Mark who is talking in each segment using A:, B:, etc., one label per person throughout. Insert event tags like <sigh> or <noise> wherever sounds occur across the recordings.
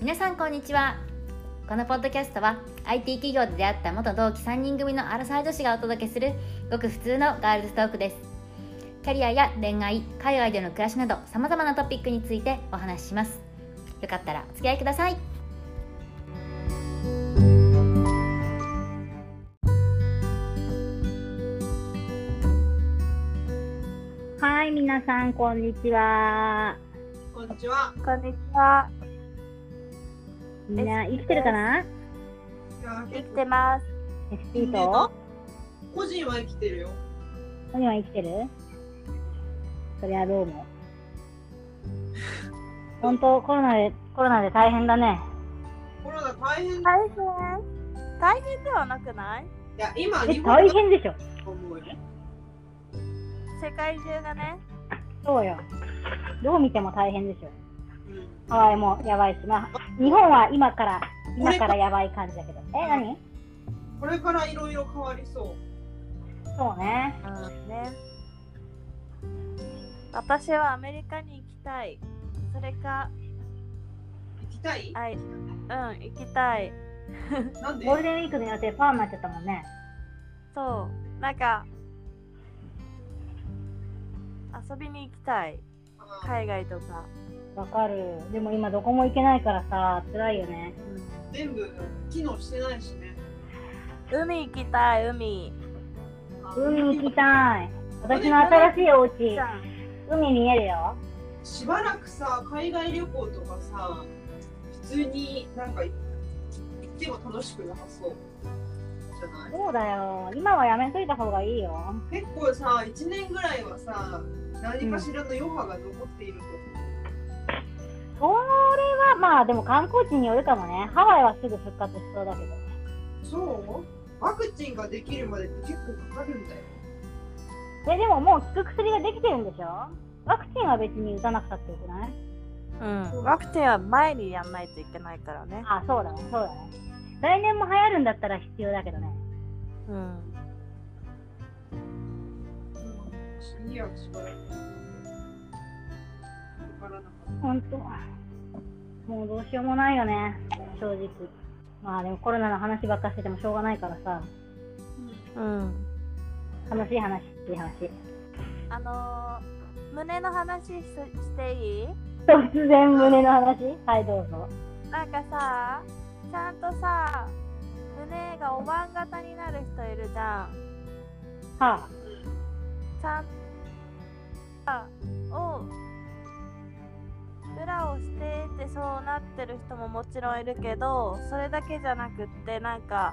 A: 皆さんこんにちはこのポッドキャストは IT 企業で出会った元同期3人組のアラサー女子がお届けするごく普通のガールズトークですキャリアや恋愛海外での暮らしなどさまざまなトピックについてお話ししますよかったらお付き合いください
B: はい、皆さん、こんにちは。
C: こんにちは。
D: こんにちは。
B: みんな、生きてるかない
C: や
D: 生き
C: 結構
D: てます。
B: ?SP と、
C: 個人は生きてるよ。
B: 何は生きてるそれはどうも。本当、コロナで、コロナで大変だね。
C: コロナ大変い
D: 大変大変ではなくない
C: や、今、
B: え、
C: 日本
B: 大
C: だ
B: 変でしょ。
C: と思うよ。
D: 世界中がね。
B: そうよ。どう見ても大変でしょ。
C: うん
B: ハワイもやばいし、まあ、日本は今から、今からやばい感じだけど。え、何
C: これからいろいろ変わりそ
B: そうね。
D: ね。私はアメリカに行きたい。それか、
C: う。行きたい
D: あい、うん、行きたい。
C: なんで
B: ゴールデンウィークの予定、パーになっちゃったもんね。
D: そう、なんか、遊びに行きたい。
C: あ
D: 海外とか。
B: わかる。でも今どこも行けないからさ、辛いよね。
C: ー全部機能してないしね。
D: 海行きたい、海。
C: あー
B: 海行きたい。私の新しいお家、海見えるよ。
C: しばらくさ、海外旅行とかさ、普通になんか行っても楽しくなさそう。じゃない
B: そうだよ。今はやめといた方がいいよ。
C: 結構さ、1年ぐらいはさ、何かしらの余波が残っていると思う。
B: それはまあでも観光地によるかもね。ハワイはすぐ復活しそうだけど。
C: そうワクチンができるまでって結構かかるんだよ。
B: え、でももう効く薬ができてるんでしょワクチンは別に打たなくたってよくない
D: うん、ワクチンは前にやんないといけないからね。
B: あ、そうだね、そうだね。来年も流行るんだったら必要だけどね。
D: うん。
C: うん、いいや、しばらく。わからなかっ
B: ほんと。もうどうしようもないよね、正直。まあでもコロナの話ばっかしててもしょうがないからさ、
C: た。
D: うん。
B: 楽しい話、いい話。
D: あのー、胸の話ししていい
B: 突然胸の話はい、どうぞ。
D: なんかさちゃんとさ胸がおばん型になる人いるじゃん
B: はあ、
D: ちゃんを裏をしてってそうなってる人ももちろんいるけどそれだけじゃなくってなんか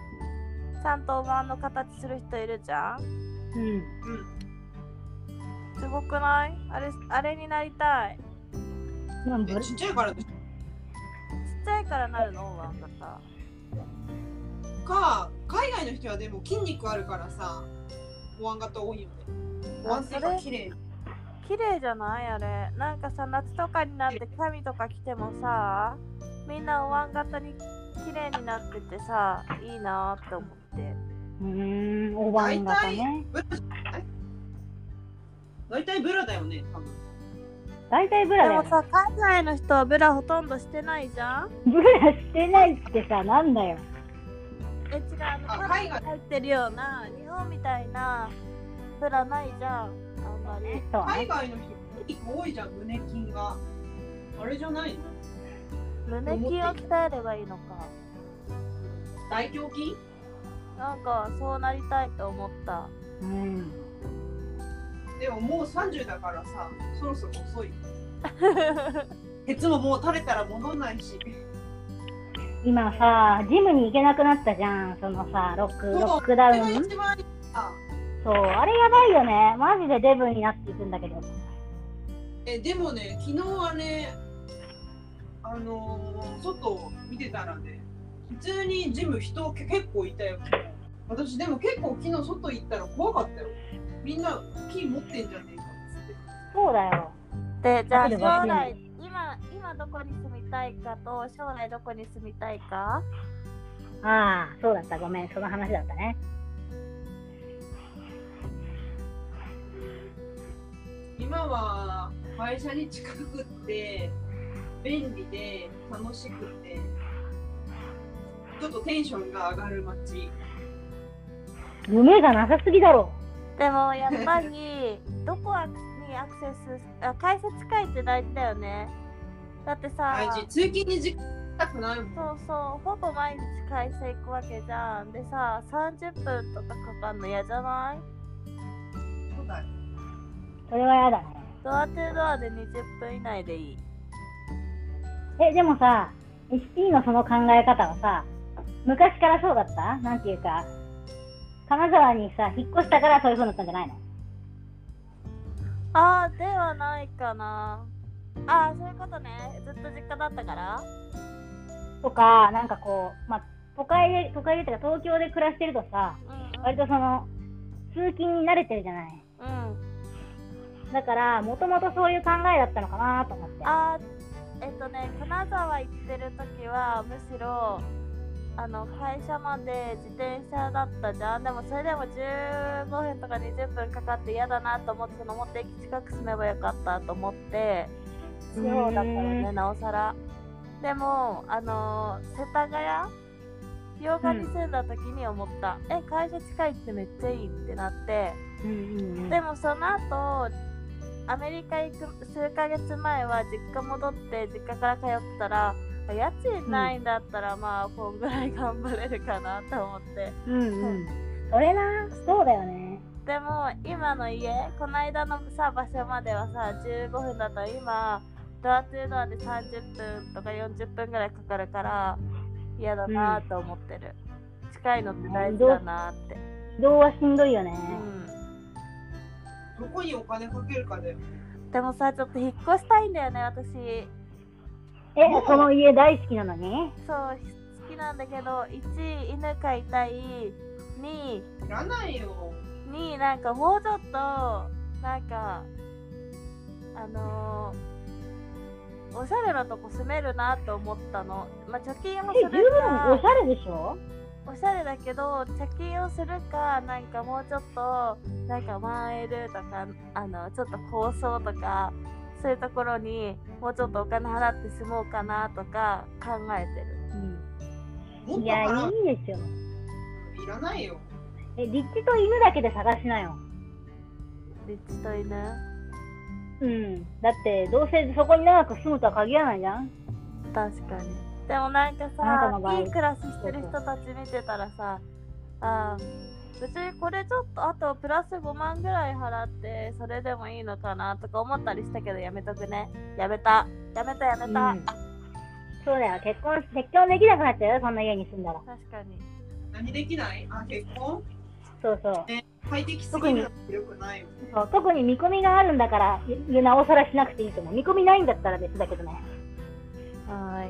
D: ちゃんとおばんの形する人いるじゃん
B: うん。
C: うん。
D: すごくないあれあれになりたい
B: なん
C: え、ちっちゃいからでし
D: ちっちゃいからなるのおばん型
C: ょか、海外の人はでも筋肉あるからさ、お椀型多いよね。お椀っていうか
D: あそれ
C: 綺麗。
D: 綺麗じゃないあれなんかさ夏とかになって髪とか着てもさみんなお椀型に綺麗になっててさいいなーって思って
B: うーん、おばん型ね。
C: ブラじゃない大体ブラだよね、多分。
B: 大体ブラ
D: で
B: だよ
D: も
B: ね。
D: さ海外の人はブラほとんどしてないじゃん
B: ブラしてないってさ、なんだよ。
D: え違うあの
C: あ
D: カ
C: 海
D: ラ
C: 外
D: ー入ってるような日本みたいなブラないじゃんあんまり
B: そう
C: 海
B: ね。
C: 外の人、筋肉多いじゃん、胸筋が。あれじゃないの
D: 胸筋を鍛えればいいのか
C: 大胸筋
D: なんかそうなりたいと思った
B: うん。
C: でももう30だからさ、そろそろ遅 <laughs> い。鉄ももう垂れたら戻んないし。
B: 今さ、ジムに行けなくなったじゃん、そのさ、ロック、
C: そう
B: ロックダウ
C: それが
B: ン。
C: 一番いいさ
B: そう、あれやばいよね。マジでデブになっていくんだけど。
C: えでもね昨日はねあのー外を見てたらね普通にジム人け結構いたよ私でも結構昨日外行ったら怖かったよみんな金持ってんじゃねえかっ
B: そうだよ。
D: でじゃ
B: だ
D: あ
B: け
D: 将
B: ど忘れな
D: 来
B: い
D: 今今どこに住みたいかと将来どこに住みたいか
B: ああ、そうだった。ごめん、その話だったね。
C: つって今は会社に近くって便利で楽しくてちょっとテンションが上がる街
B: 夢がなさすぎだろ。
D: でもやっぱりどこにアクセスあ解説会って大事だよねだってさ
C: 大事通勤に時間かかくないもん
D: そうそうほぼ毎日改正行くわけじゃんでさ30分とかかかんの嫌じゃない
C: そうだよ
B: それはやだ
D: ドアトゥドアで20分以内でい
B: ね。
D: い
B: え、でもさ、SP のその考え方はさ、昔からそうだったなんていうか、金沢にさ、引っ越したからそういう風になったんじゃないの
D: ああではないかなああそういうことねずっと実家だったから
B: とか、なんかこう、まあ、都会で、都会でっていうか東京で暮らしてるとさ、割とその、通勤に慣れてるじゃない。
D: うん、うん
B: だから、もともとそういう考えだったのかなと思って。
D: あーえっとね金沢行ってる時はむしろあの会社まで自転車だったじゃんでもそれでも15分とか20分かかって嫌だなと思ってその持って駅近く住めばよかったと思って地方だったら
B: う
D: ねなおさらでもあの世田谷洋館に住んだ時に思った、え会社近いってめっちゃいいってなって
B: うんうんうん
D: でもその後アメリカ行く数ヶ月前は実家戻って実家から通ったらあ家賃ないんだったらまあこんぐらい頑張れるかなと思って
B: うんうん。それな、そうだよね。
D: でも今の家この間のさ場所まではさ15分だと今ドアトゥードアで30分とか40分ぐらいかかるから嫌だなと思ってる、近いのって大事だなって、
B: 移動はしんどいよね。
D: うん、
C: どこにお金かけるかだよ
D: でもさちょっと引っ越したいんだよね私
B: え、この家大好きなのに
D: そう好きなんだけど1犬飼いたい2
C: いらないよ
D: になんかもうちょっとなんかあのーおしゃれなとこ住めるなと思ったのまあ貯金も
B: え、
D: す
B: 十
D: る
B: 分おし
D: か
B: ゃれでしょ
D: おしゃれだけど貯金をするかなんかもうちょっとなんか 1L とかあのちょっと高層とかそういうところにもうちょっとお金払って住もうかなとか考えてる
C: もっ
B: い
C: と
B: や、い
C: 払う
B: いですよ。
C: いらないよ
B: え、立地と犬だけで探しなよ。
D: 立地と犬
B: うん。だって、どうせそこに長く住むとは限らないじゃん。
D: 確かにでもなんか
B: あなたの
D: さ
B: 場合
D: いい暮らししてる人たち見てたらさあー別にこれちょっとあとプラス5万ぐらい払ってそれでもいいのかなとか思ったりしたけどやめとくねやめたやめたやめた、
B: うんそうだよ。結婚、結婚できなくなっちゃうよ。そんな家に住んだら。
D: 確かに
C: 何できないあ結婚
B: そうそう。
C: 快適すぎるのってよくないよ
B: そう特に見込みがあるんだから、いなおさらしなくていいと思う。見込みないんだったら別だけどね。
D: は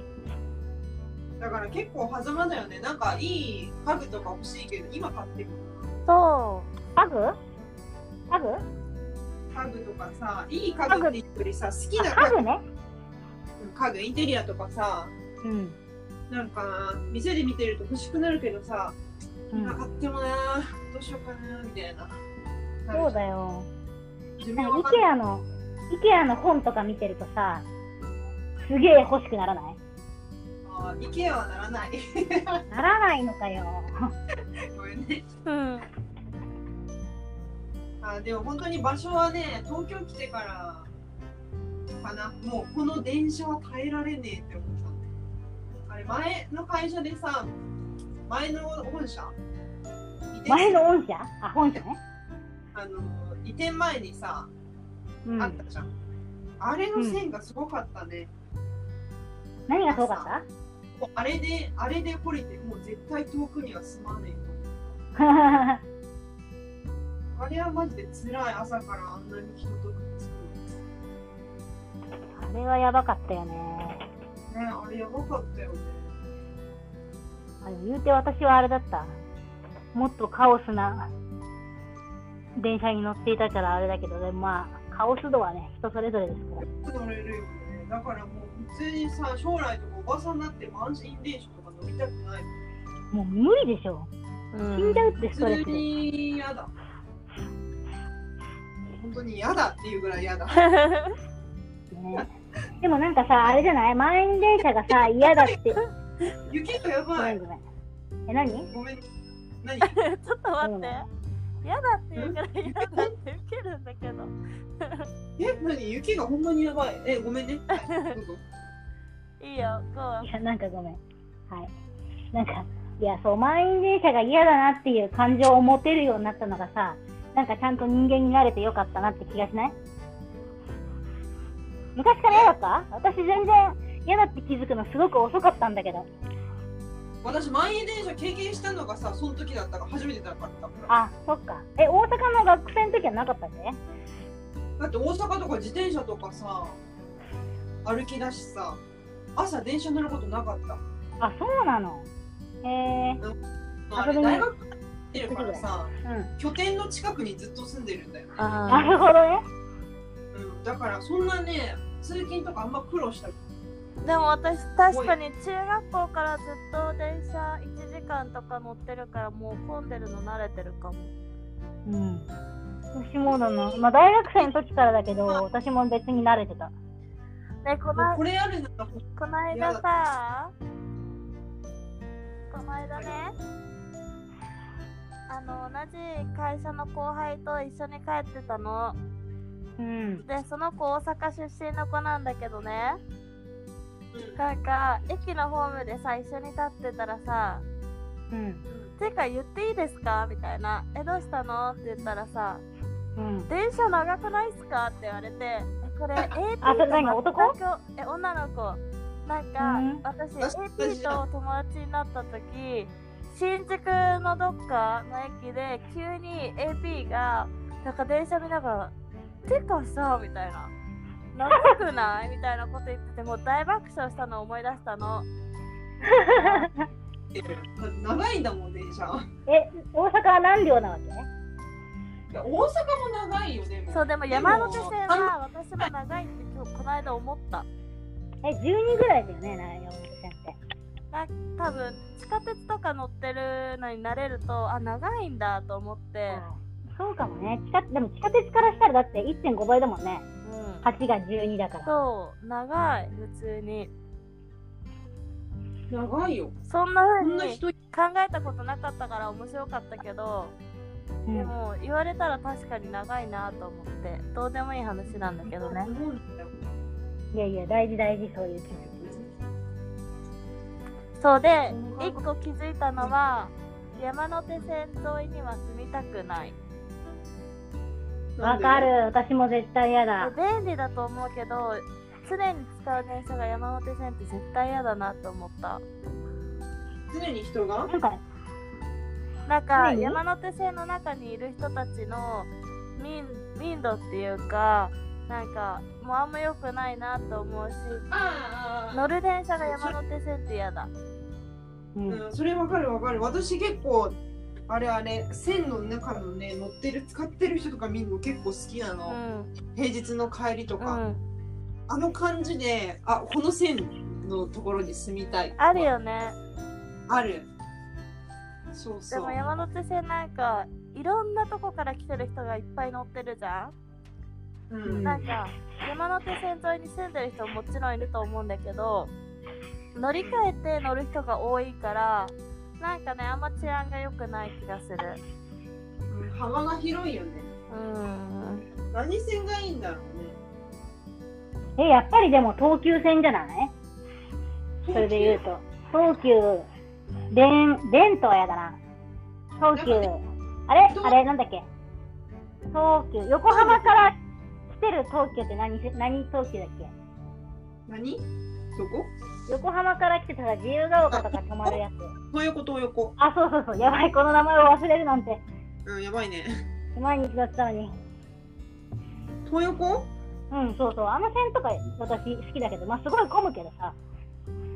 C: だから結構狭間だよねなんかいい家具とか欲しいけど今買ってくる
D: ーいと
B: 家具家具
C: 家具とかさいい家具って言うよりさ好きな
B: あ
C: 家
B: 家
C: 具
B: 具ね。
C: 家具インテリアとかさ
B: うん。
C: なんか店で見てると欲しくなるけどさ、
B: うん
C: 今買ってもなどうしようかなみたいな
B: そうだよ。
C: 自
B: な
C: 分
B: ん
C: は
B: か IKEA の IKEA の本とか見てるとさすげえ欲しくならない
C: あー IKEA はならない <laughs>
B: ならないのかよ
C: ごめんね
D: うん
C: あーでも本当に場所はね東京来てからかなもうこの電車は耐えられねえって思ったあれ前の会社でさ前の本社移転
B: 前の御社あ本社ね
C: あの移転前にさ
B: うん
C: あったじゃん、あれの線がすごかったね、
B: 何がすごかっ
C: もうあれであれで掘れてもう絶対遠くには住まねえ
B: た
C: あれはマジで辛い朝からあんなに人とくっつく
B: あれはやばかったよね
C: のねあれやばかったよね
B: あ言うて私はあれだったもっとカオスな電車に乗っていたからあれだけどでもまあカオス度はね人それぞれですから
C: 乗れるよねだからもう普通にさ将来とかおばさんになって満身電車とか乗りたくない
B: もう無理でしょ死んじゃうってストレ
C: 普
B: スで
C: 通に嫌だ本当に嫌だっていうぐらい嫌だ
B: ねでもなんかさ、あれじゃない満員電車がさ、嫌だって。
C: 雪がや
B: ご
C: ば
B: めん
C: い。
B: ごめん。え、何
C: ごめん。何？ <laughs>
D: ちょっと待って。嫌だって言うから嫌だって受けるんだけど。
C: え、何？雪がほんまにやばい。え、ごめんね。はいどうぞ
D: いいよ、こう
B: い。や、なんかごめん。はい。なんか、いや、そう、満員電車が嫌だなっていう感情を持てるようになったのがさ、なんかちゃんと人間になれてよかったなって気がしない昔から嫌だった私全然嫌だって気づくのすごく遅かったんだけど。
C: 私満員電車経験したのがさ、その時だったから初めてだったから。
B: あ、そっか。え、大阪の学生の時はなかったね。
C: だって大阪とか自転車とかさ、歩きだしさ、朝電車乗ることなかった。
B: あ、そうなの。へえ
C: まあ、あれ
B: 遊びに
C: 大学行ってるからさ、
B: うん。
C: 拠点の近くにずっと住んでるんだよ。
B: なるほどね。
C: うん、だからそんなね、通勤とかあんま苦労したり
D: でも私確かに中学校からずっと電車1時間とか乗ってるからもう混んでるの慣れてるかも
B: うん。私もだな。まあ、大学生の時からだけど、私も別に慣れてた。
D: ねこ
C: もう
D: な
C: これあるならほん
D: こないださこないだねあの同じ会社の後輩と一緒に帰ってたの
B: うん。
D: でその子大阪出身の子なんだけどねなんか駅のホームでさ一緒に立ってたらさ
B: うん。
D: 「てか言っていいですか?」みたいな「えどうしたの?」って言ったらさ
B: うん。
D: 電車長くないっすか?」って言われてえこれ AT
B: あそれ何
D: と
B: 男
D: 全くえ女の子なんか、
B: うん
D: 私
C: 私私
D: AT
C: じゃ
D: と友達になった時新宿のどっかの駅で急に AP がなんか電車見ながら「てかさ」みたいな「長くない?」みたいなこと言っててもう大爆笑したのを思い出したの。
C: うん、長いんだもん電車
B: え、大阪は何両なわけ
C: いや大阪も長いよねも
D: そうでも山手線
C: でも
D: は私も長いって今日この間思った。
B: え、12ぐらいだよね、な山手線って。
D: 多分地下鉄とか乗ってるのに慣れるとあ長いんだと思って、
B: そうかもね。地下、でも地下鉄からしたらだって1.5倍だもんね。
D: うん、
B: 8が12だから。
D: そう長い普通に
C: 長いよ
D: そんな
C: こ
D: 風
C: んな
D: に
C: 人い
D: 考えたことなかったから面白かったけど、
B: うん
D: でも言われたら確かに長いなと思ってどうでもいい話なんだけどね
C: 思うんだよ
B: いやいや、大事大事、そういう気づ
D: そうで
C: うん
D: 1個気づいたのは山手線沿いには住みたくない
B: き。
C: な
B: わ
C: んで
B: かる。私も絶対嫌だ。
D: 便利だと思うけど常に使う電車が山手線って絶対嫌だなと思った
C: 常に人が
B: なんか、
D: なんか
B: 何
D: 山手線の中にいる人たちの民民度っていうかなんかもうあんま良くないなと思うし
C: あ
D: 乗る電車が山手線って嫌だ
B: う。
C: うんん、それわかるわかる私結構あれあれ線の中のね乗ってる使ってる人とか見るの結構好きな
D: う
C: の、
D: ん
C: 平日の帰りと
D: う
C: か、
D: ん
C: あの感じであこの線のところに住みたい
D: あるよね
C: あるそう
D: で
C: そう
D: も山手線なんかいろんなとこから来てる人がいっぱい乗ってるじゃ
C: うん
D: ん、
B: うん
D: なんか山手線沿いに住んでる人ももちろんいると思うんだけど乗り換えて乗る人が多いからなんかねあんま治安が良くない気がする
C: うん幅が広いよね
D: うん
C: 何線がいいんだろ
B: え、やっぱりでも東急線じゃない
C: うん
B: それで言うと。東急、でん、電とは嫌だな。東急、あれ
C: どう
B: あれなんだっけ東急、横浜から来てる東急って何せ、何東急だっけ
C: 何どこ
B: 横浜から来てたら自由が丘とか泊まるや
C: <laughs>
B: つ。
C: 東横東横
B: あ、そうそうそう。やばい、この名前を忘れるなんて。
C: うんやばいね
B: 毎日だったのに。
C: 東横
B: うん、そうそう。あの線とか私好きだけど、まあすごい混むけどさ。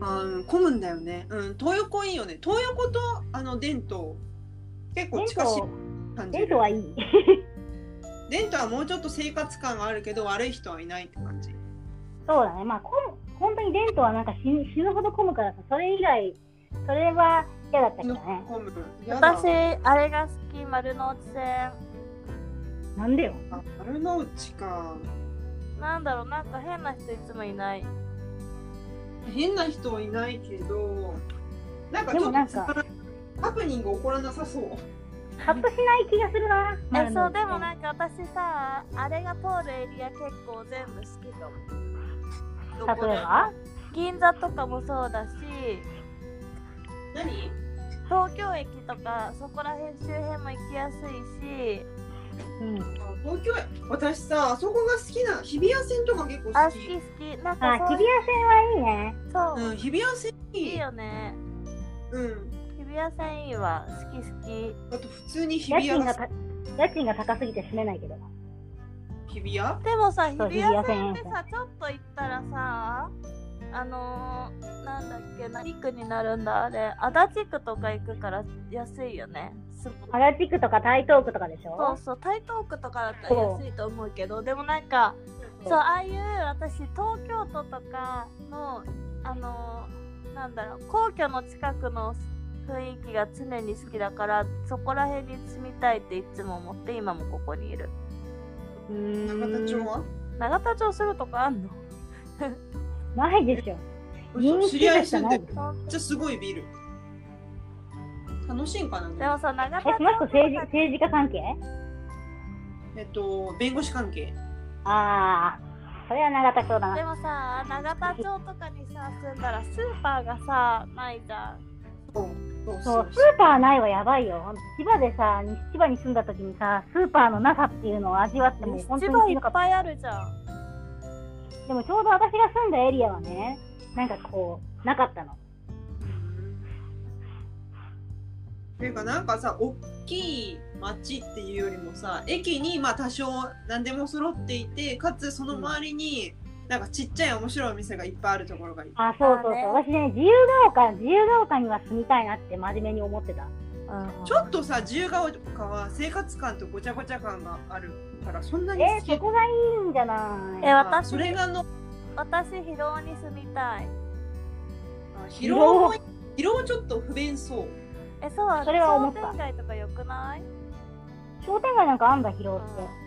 C: あー混むんだよねうん東横いいよね東横とあの伝統結構
B: 電
C: 近しい
B: と、
C: 感じ
B: 電とはいい。
C: 伝統はもうちょっと生活感があるけど悪い人はいないって感じ
B: そうだね、まあ、こん本当にデントはなんか死ぬ死ぬほど混むからさ、それ以外、それは嫌だったけどね。
C: 混むやだ
D: 私あれが好き丸の内線
B: なんでよ。
C: あ丸の内か
D: なんだろうなんか変な人いつもいない
C: 変な人はいないけどなんか
B: で
C: ちょ
B: も
C: っ
B: なん
C: と
B: か
C: ハプニング起こらなさそう
B: ハッとしない気がするな。
D: えそうでも
B: な
D: なんか私さあれが通るエリア結構全部好きかも
C: ど
B: 例え
C: こで
B: ば
D: 銀座とかもそうだし
C: 何
D: 東京駅とかそこら辺周辺も行きやすいし
B: うん。
C: あ東京へ私さあそこが好きな日比谷線とか結構
D: あ
C: 好
D: 好き
C: き
D: 好きなん
B: あ、
D: か
B: 日
D: そう
B: 比谷線はいいね。
D: そう、
C: うん、日比谷線い
D: いい
C: い
D: よね
C: うん
D: 日比谷線いいわ好き好き
C: あと普通に日
B: 家
C: 比谷
B: 賃
C: が
B: がた家賃が高すぎて住めないけど。
C: 日比谷
D: でもさ日比
B: そう日
D: 谷
B: 比谷
D: 線
B: 線
D: ってさちょっと行ったらさあのー、なんだっけ何区になるんだあれ足立区とか行くから安いよねすごい
B: 足立区とか台東区とかでし
D: そう
B: ょ
D: そう台東区とかだったら安いと思うけどでもなんかそうああいう私東京都とかのあのーなんだろう皇居の近くの雰囲気が常に好きだからそこら辺に住みたいっていつも思って今もここにいる
B: うーん
C: 永田町は
D: 永田町するとこあんの
B: ないでしょ。人
C: 知
B: 気
C: り合
B: で
C: い
B: しか
C: 住ん
B: な
C: で
B: い
C: る
B: で
C: め
B: しょ。
C: っちゃすごいビル楽しいんかな
D: でもさ永田
B: え、
D: 町
B: その人政治政治家関係
C: えっと弁護士関係
B: ああ、それは永田町だ
D: で
B: な。
D: もさ永田町とかにさ住んだらスーパーがさないじゃん
C: そうそうそ
B: そう
C: う、
B: スーパーないはやばいよ。千葉でさ、西千葉に住んだ時にさ、スーパーのなさっていうのを味わっても、本当
D: 千
B: に
D: 葉
B: し
D: い
B: んどかった。
D: っぱいあるじゃん
B: でもちょうど私が住んだエリアはね、なんかこう、なかったの。
C: っていうかなんかさ大きい町っていうよりもさ駅にまあ多少何でも揃っていてかつその周りになんかちっちゃい面白いお店がいっぱいあるところがいい。
B: あ、そうそうそう。
D: あーね
B: 私ね、自由が丘、自由が丘には住みたいなって真面目に思ってた。
D: うん
C: ちょっとさ自由が丘は生活感とごちゃごちゃ感があるからそんなに
B: え
C: 好き
B: そこがいいんじゃない
D: え
C: あ
D: 私
C: それがの
D: 私広尾に住みたい
C: あ疲労も疲労ちょっと不便そう。
D: えそう
B: それは思った
D: 商店街とか良くない、
B: 商店街なんかあんだ、広尾って。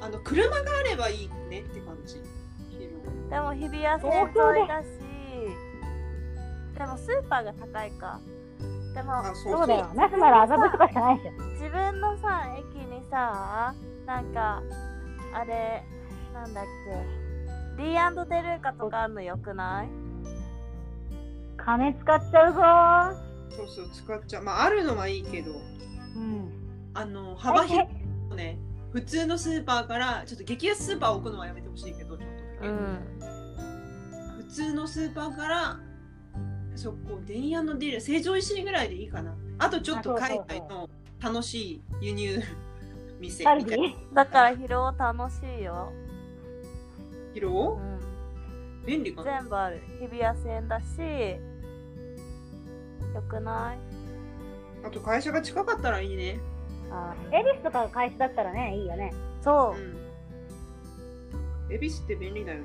C: あの車があればいいねって感じ。疲労
D: でも日比谷線沿いだしでもスーパーが高いかでも
C: あそう
B: そうだよ。なすなら麻布とかしかないでしょ。
D: 自分のさ駅にさなんかあれなんだっけ D&D ルーカとかあんのよくない
B: 金使っちゃうぞ
C: そうそう使っちゃう。まああるのはいいけど
B: ー。うん。
C: あの幅広
B: え
C: いのね普通のスーパーからちょっと激安スーパーを置くのはやめてほしいけどちょっとだけ、
D: うん
C: 普通のスーパーからそこ電屋の出る成城石井ぐらいでいいかなあとちょっと
B: あそう
C: 海
B: そうそう
C: 外の楽しい輸
B: <laughs>
C: 入店
B: カル
C: み
B: デ
C: たい
B: ィ
C: な
D: だから疲労楽しいよ、う
C: 広
D: ん、
C: 便利かな
D: 全部ある日比谷線だしよくない
C: あと会社が近かったらいいね、
D: あ
B: 恵比寿とかが会社だったらね、いいよね。
D: そうう、
C: ん、恵比寿って便利だよね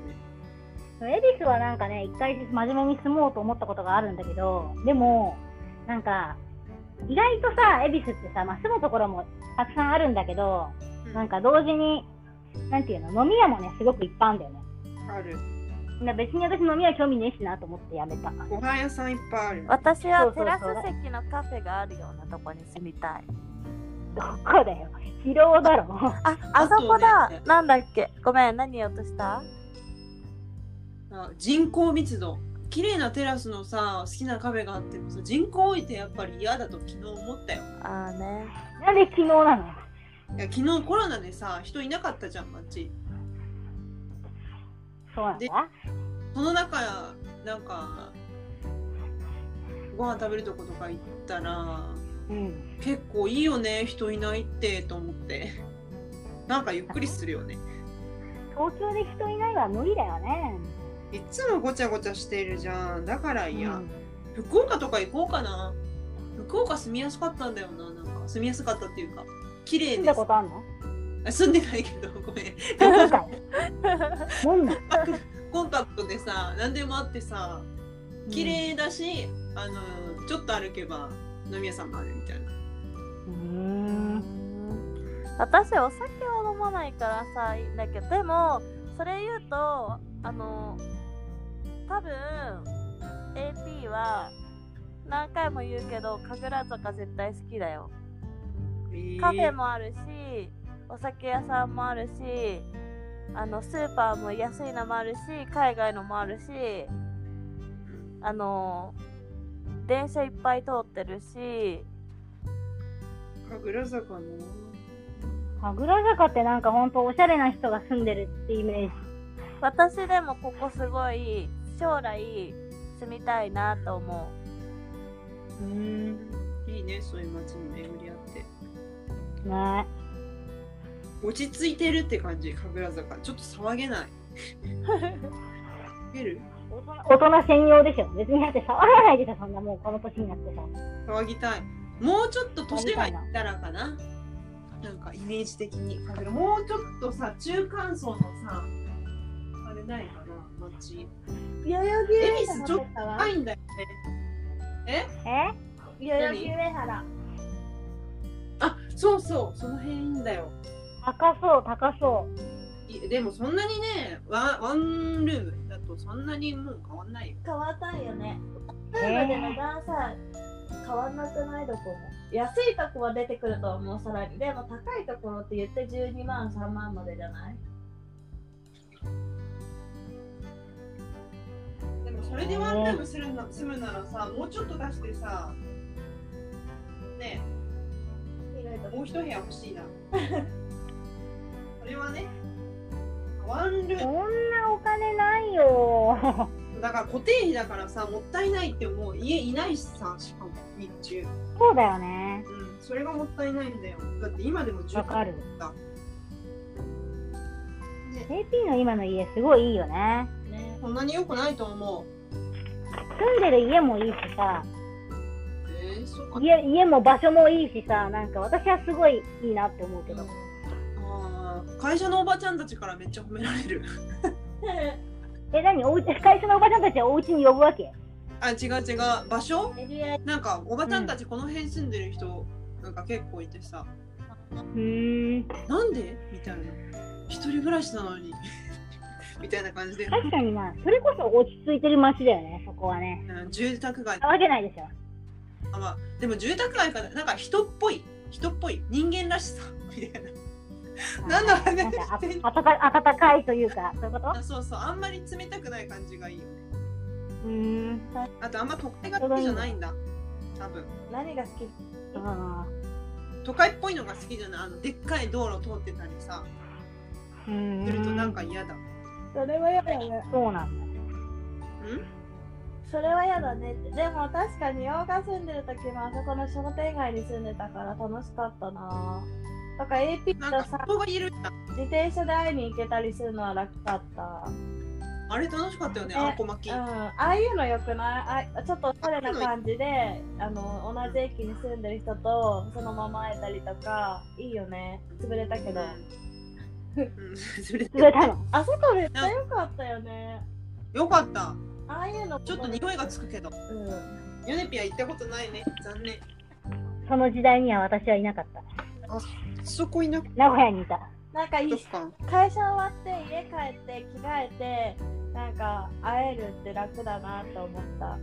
B: 恵比寿はなんかね、一回真面目に住もうと思ったことがあるんだけど、でも、なんか、意外とさ、恵比寿ってさ、まあ、住むところもたくさんあるんだけど、
C: う
B: なんか同時に、なんていうの、飲み屋もね、すごくいっぱいあるんだよね。
C: ある
B: な別に私飲み屋興味ねえしなと思ってやめた。
C: ご飯屋さんいっぱいある
D: 私はテラス
B: そうそう
D: 席のカフェがあるようなとこに住みたい
B: どこだよ。疲労だろ。 <laughs>
D: ああそこだ、
C: あとね
D: なんだっけごめん何言おうとした
C: あ人口密度綺麗なテラスのさ好きなカフェがあってもさ人口多いってやっぱり嫌だと昨日思ったよ
D: あーね <laughs>
B: なんで昨日なの
C: いや昨日コロナでさ人いなかったじゃん街
B: そうなん
C: で
B: だ。
C: その中なんかご飯食べるとことか行ったら
B: うん。
C: 結構いいよね人いないってと思ってなんかゆっくりするよね
B: 東京で人いないは無理だよね。
C: いっつもごちゃごちゃしてるじゃんだから
B: う
C: 嫌、
B: ん、
C: 福岡とか行こうかな福岡住みやすかったんだよななんか住みやすかったっていうか綺麗
B: 住ん
C: で
B: だ
C: す
B: ことあんの
C: あ住んでないけどごめん
B: なんかよ。もんな。
C: コンパクトでさ何でもあってさ綺麗だし、あのちょっと歩けば飲み屋さんもあるみたいな
B: うん。うーん。
D: 私お酒は飲まないからさいいんだけどでもそれ言うとあの多分 AP は何回も言うけど神楽坂絶対好きだよカフェもあるしお酒屋さんもあるしあのスーパーも安いのもあるし海外のもあるしあの電車いっぱい通ってるし
C: 神楽坂の
B: 神楽坂ってなんかほんとおしゃれな人が住んでるってイメージ。
D: 私でもここすごい将来住みたいなと思
C: うんいいねそういう街も巡り合って
B: ね
C: 落ち着いてるって感じ神楽坂ちょっと騒げ <laughs> ない騒げる
B: 大人専用でしょ。別にだって触らないでしょ、そんなもうこの年になってさ。
C: 騒ぎたいもうちょっと年がいったらかななんかイメージ的に神楽もうちょっとさ中間層のさあれないかな街
D: う。代々木
C: 恵比寿ちょっと高いんだよね
B: え
D: 代
C: 々木上
D: 原。
C: あそうそうその辺いいんだよ
B: 高そう、高そう。
C: いでもそんなにねワンワンルームだとそんなにもう変わんないよ
D: 変わったんよね。
B: えー
D: で値段さ、変わんなくないとこも。安いとこは出てくると思う、さらに。でも高いところって言って12万、3万までじゃない
C: でもそれでワンルームするな住むならさもうちょっと出してさね
D: 広いと
C: え
D: こ
C: もう一部屋欲しいなそれはねワンル
B: そ
C: ー
B: んなお金ないよ。
C: ムだから固定費だからさもったいないって思う家いないしさしかも日中
B: <laughs> そうだよね。
C: うんそれがもったいないんだよだって今でも10
B: わかる。
C: だ
B: AP の今の家すごいいいよね。
D: ね。
C: そんなに良くないと思う
B: 住んでる家もいいしさ、
C: えー、そうかな
B: 家家も場所もいいしさ、なんか私はすごいいいなって思うけど。
C: あー会社のおばちゃんたちからめっちゃ褒められる <laughs>
B: え、何おうち会社のおばちゃんたちはお家に呼ぶわけ
C: あ違う違う場所
D: エリア
C: なんかおばちゃんたちこの辺住んでる人なんか結構いてさ、
B: うん。
C: なんでみたいな一人暮らしなのにみたいな感じで
B: 確かにな、それこそ落ち着いてる街だよね、そこはね。
C: うん住宅街
B: なわけないでしょ。
C: あ、まあ、でも住宅街からなんか人っぽい人っぽい人間らしさ <laughs> みたいななんだろう
B: なん
C: ね
B: かあ
C: 全然
B: 暖か暖かいというか、そういうこと
C: あそうそうあんまり冷たくない感じがいいよね
B: うーん。
C: あとあんま都会が好きじゃないんだ多分
D: 何が好き
B: あ
C: 都会っぽいのが好きじゃないあのでっかい道路通ってたりさ
B: ーうーん
C: するとなんか嫌だ
D: それは嫌だね。
B: そうなん
D: それは嫌だね。でも確かに洋が住んでる時もあそこの商店街に住んでたから楽しかったな。だから AP
C: なん
D: と
C: か
D: さ、
C: 人がいるじゃん
D: 自転車で会いに行けたりするのは楽かった。
C: あれ楽しかったよね、
D: え
C: あんこ巻き。
D: うん、
C: あ
D: ああいうのよくないあちょっとおしゃれな感じであの同じ駅に住んでる人とそのまま会えたりとかいいよね潰れたけど
C: うん、 <laughs> それ
B: 潰れたの。
D: あそこめっちゃ良かったよね
C: よかった。
D: ああいうの
C: ちょっと匂いがつくけど。
D: うん
C: ヨネピは行ったことないね。残念。
B: その時代には私はいなかった。
C: そこいなく
B: 名古屋にいた。
D: なんかいい
C: とか。
D: 会社終わって家帰って着替えてなんか会えるって楽だなと思った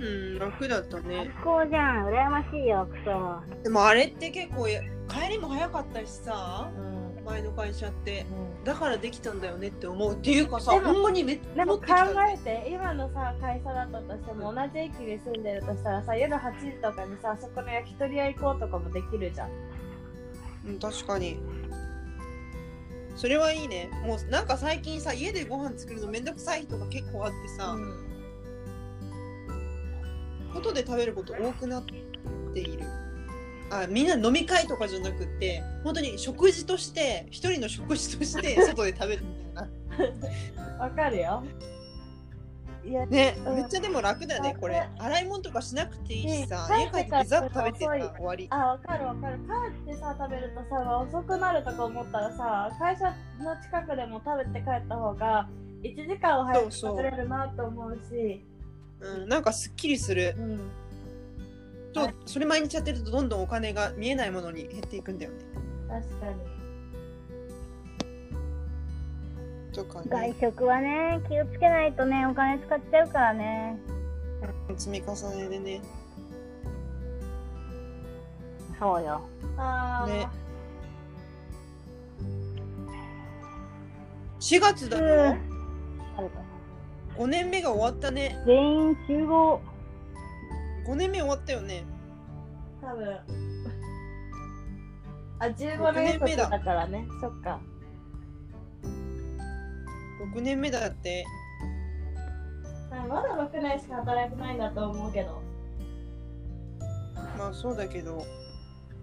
C: うん、楽だったね。
B: 最高じゃん、羨ましいよ、クソ。
C: でもあれって結構や帰りも早かったしさ
D: う、ん、
C: 前の会社って。
D: うん
C: だからできたんだよねって思う。っていうかさ、
D: でも
C: ほんまにめっち
D: で
C: ゃ
D: も
C: 持
D: 考
C: ってきたんだよ。
D: えて今のさ会社だったとしても同じ駅に住んでるとしたらさ夜8時とかにさそこの焼き鳥屋行こうとかもできるじゃん
C: うん、確かに。それはいいね。もうなんか最近さ、家でご飯作るのめんどくさい人が結構あってさ、
D: うん
C: 外で食べること多くなっているあみんな飲み会とかじゃなくて本当に食事として一人の食事として外で食べるみたいな
D: わ、かるよいや
C: ね
D: うん
C: めっちゃでも楽だねこれ洗い物とかしなくていいしさ
D: うん
C: 家帰ってピザッと食べて
D: 帰って
C: さ
D: から
C: 終わり
D: あわかるわかる帰ってさ食べるとさ遅くなるとか思ったらさ会社の近くでも食べて帰った方が1時間は早く
C: そうそう
D: 食べれるなと思うし
C: うんなんかすっきりする
D: うん
C: とそれ毎日やってるとどんどんお金が見えないものに減っていくんだよね
D: 確かに
C: とか
B: 外
C: ね、
B: 食はね、気をつけないとね、お金使っちゃうからね。
C: 積み重ねでね、
B: そうよ。
D: あー
C: ね。4月だよ。5年目が終わったね。
B: 全員集合。
C: 5年目終わったよね。
D: 多分あ15年
C: 六年目
D: 卒
C: だ
D: だからねそっか
C: 6年目だって。
D: まあまだ6年しか働いてないんだと思うけど
C: まあそうだけど。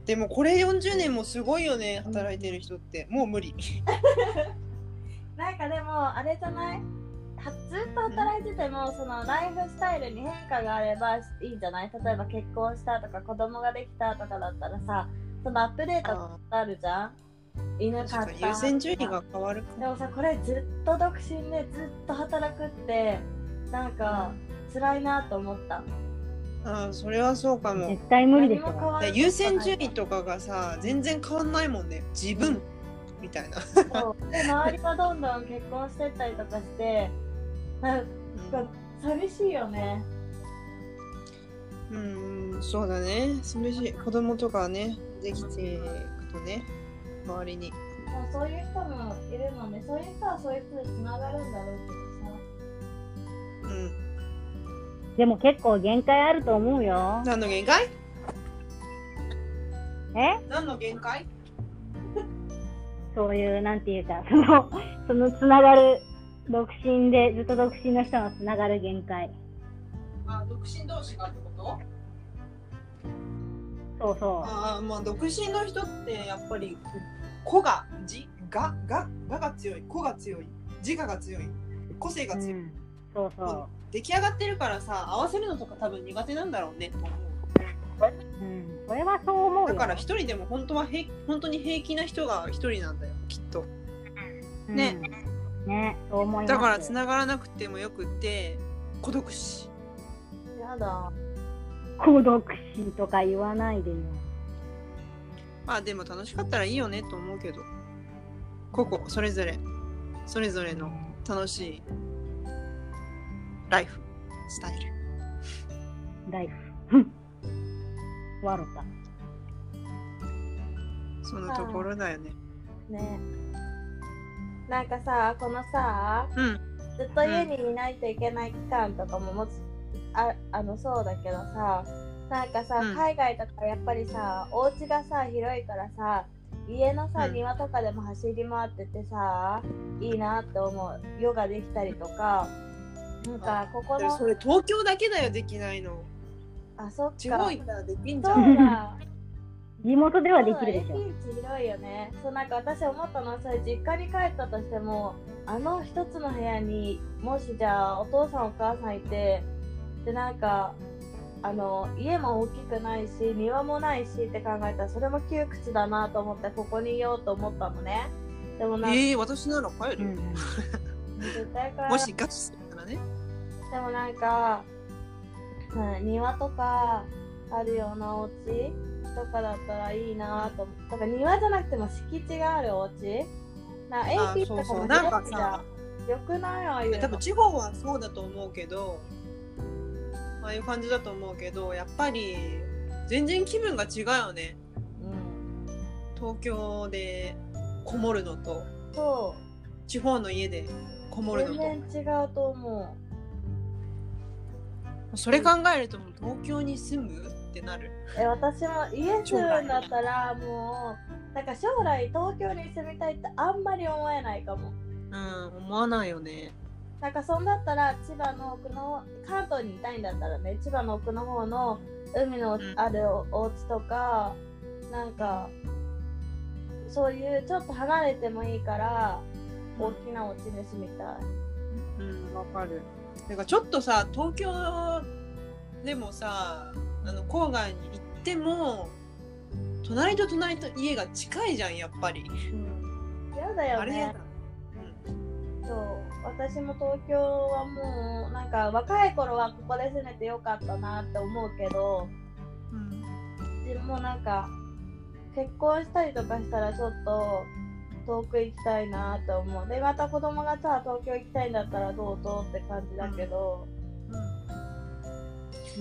C: でもこれ40年もすごいよね、働いてる人って。もう無理。
D: なんかでもあれじゃないはずっと働いててもそのライフスタイルに変化があればいいんじゃない例えば結婚したとか子供ができたとかだったらさそのアップデート
C: あ
D: あるじゃん犬飼
C: ー
D: った
C: 確かに優先順位が変わるか
D: でもさこれずっと独身でずっと働くってなんか辛いなと思った
C: ああ、それはそうかも。
B: 絶対無理でし
D: 何も変
B: ょ。
D: わることない
C: 優先順位とかがさ、全然変わんないもんね。自分みたいな。
D: そうで周りがどんどん結婚してったりとかしてなんか寂しいよね
C: うん、そうだね。寂しい。子供とかね、できていくとね、周りに。
D: まあそういう人もいるのでそういう人はそういう人でつながるんだろう
C: うん。
B: でも結構限界あると思うよ。
C: 何の限界
B: え
E: 何の限界
B: そういう、なんていうか、その、 <laughs> そのつながる、独身で、ずっと独身の人のつながる限界。
E: あ独身同士がってこと
B: そうそう。
C: ああ、まあ、
E: 独身の人ってやっぱり子がじがががが強い子が強い自我が強い個性が
B: う
E: 強い、
B: ん、そうそ
E: 出来上がってるからさ合わせるのとか多分苦手なんだろうねと思う
B: う。うん。それはそう思うよ。
C: だから一人でも本当は平本当に平気な人が一人なんだよきっと
B: うん
C: ね。
B: ね、そう思います。
C: だからつながらなくてもよくって孤独死
D: けどさやだ
B: 孤独死とか言わないでよ。
C: まあでも楽しかったらいいよねと思うけど個々それぞれそれぞれの楽しいライフスタイル
B: ライフ。笑った。
C: そのところだよね
D: ねなんかさこのさ
C: うん
D: ずっと家にいないといけない期間とかももつああのそうだけどさなんかさ、
C: うん
D: 海外とかやっぱりさお家がさ広いからさ家のさ、
C: うん
D: 庭とかでも走り回っててさいいなって思うヨガできたりとかなんかここ
C: で
D: の
C: それ東京だけだよできないの
D: あそっか
C: 地方行ったらできんじ
D: そ
C: ゃ
D: うんだ
B: 地元ではできるでし
D: そう
B: ょ。
D: 駅地広いよねそうなんか私思ったのはそれ実家に帰ったとしてもあの一つの部屋にもしじゃあお父さんお母さんいてでなんかあの家も大きくないし庭もないしって考えたらそれも窮屈だなと思ってここにいようと思ったのねでもなんか
C: ええ私なら
B: う
C: 帰るよ、
B: ん。
D: 絶対から
C: もしガチするならね
D: でもなんか、うん、庭とかあるようなお家とかだったらいいなと思ってだから庭じゃなくても敷地があるお家なエ
C: あ
D: イピーと
C: そう
D: か
C: そう
D: も
C: なんか
D: 広いじゃ
C: さ
D: んよくないああいう
C: 多
D: の
C: 分地方はそうだと思うけどああいう感じだと思うけどやっぱり全然気分が違うよね
D: うん、
C: 東京でこもるのと
D: そ
C: 地方の家でこも
D: う
C: るのと
D: 全然違うと思
C: それ考えるともう東京に住むってなる
D: うえ私も家住むんだったらもうなんか将来東京に住みたいってあんまり思えないかも
C: うん思わないよね
D: なんかそんだったら千葉の奥の関東にいたいんだったらね千葉の奥の方の海の
C: ん
D: あるおお家とか、なんかそういうちょっと離れてもいいから大きなお家に住みたい
C: うんわかるだからちょっとさ東京でもさあの郊外に行っても隣と隣と家が近いじゃんやっぱり、
D: 嫌だよ
C: あれや
D: ね
C: だ
D: そう私も東京はもうなんか若い頃はここで住めてよかったなって思うけど
C: うん
D: でもなんか結婚したりとかしたらちょっと遠く行きたいなと思うでまた子供がさ東京行きたいんだったらどうぞって感じだけど、
F: う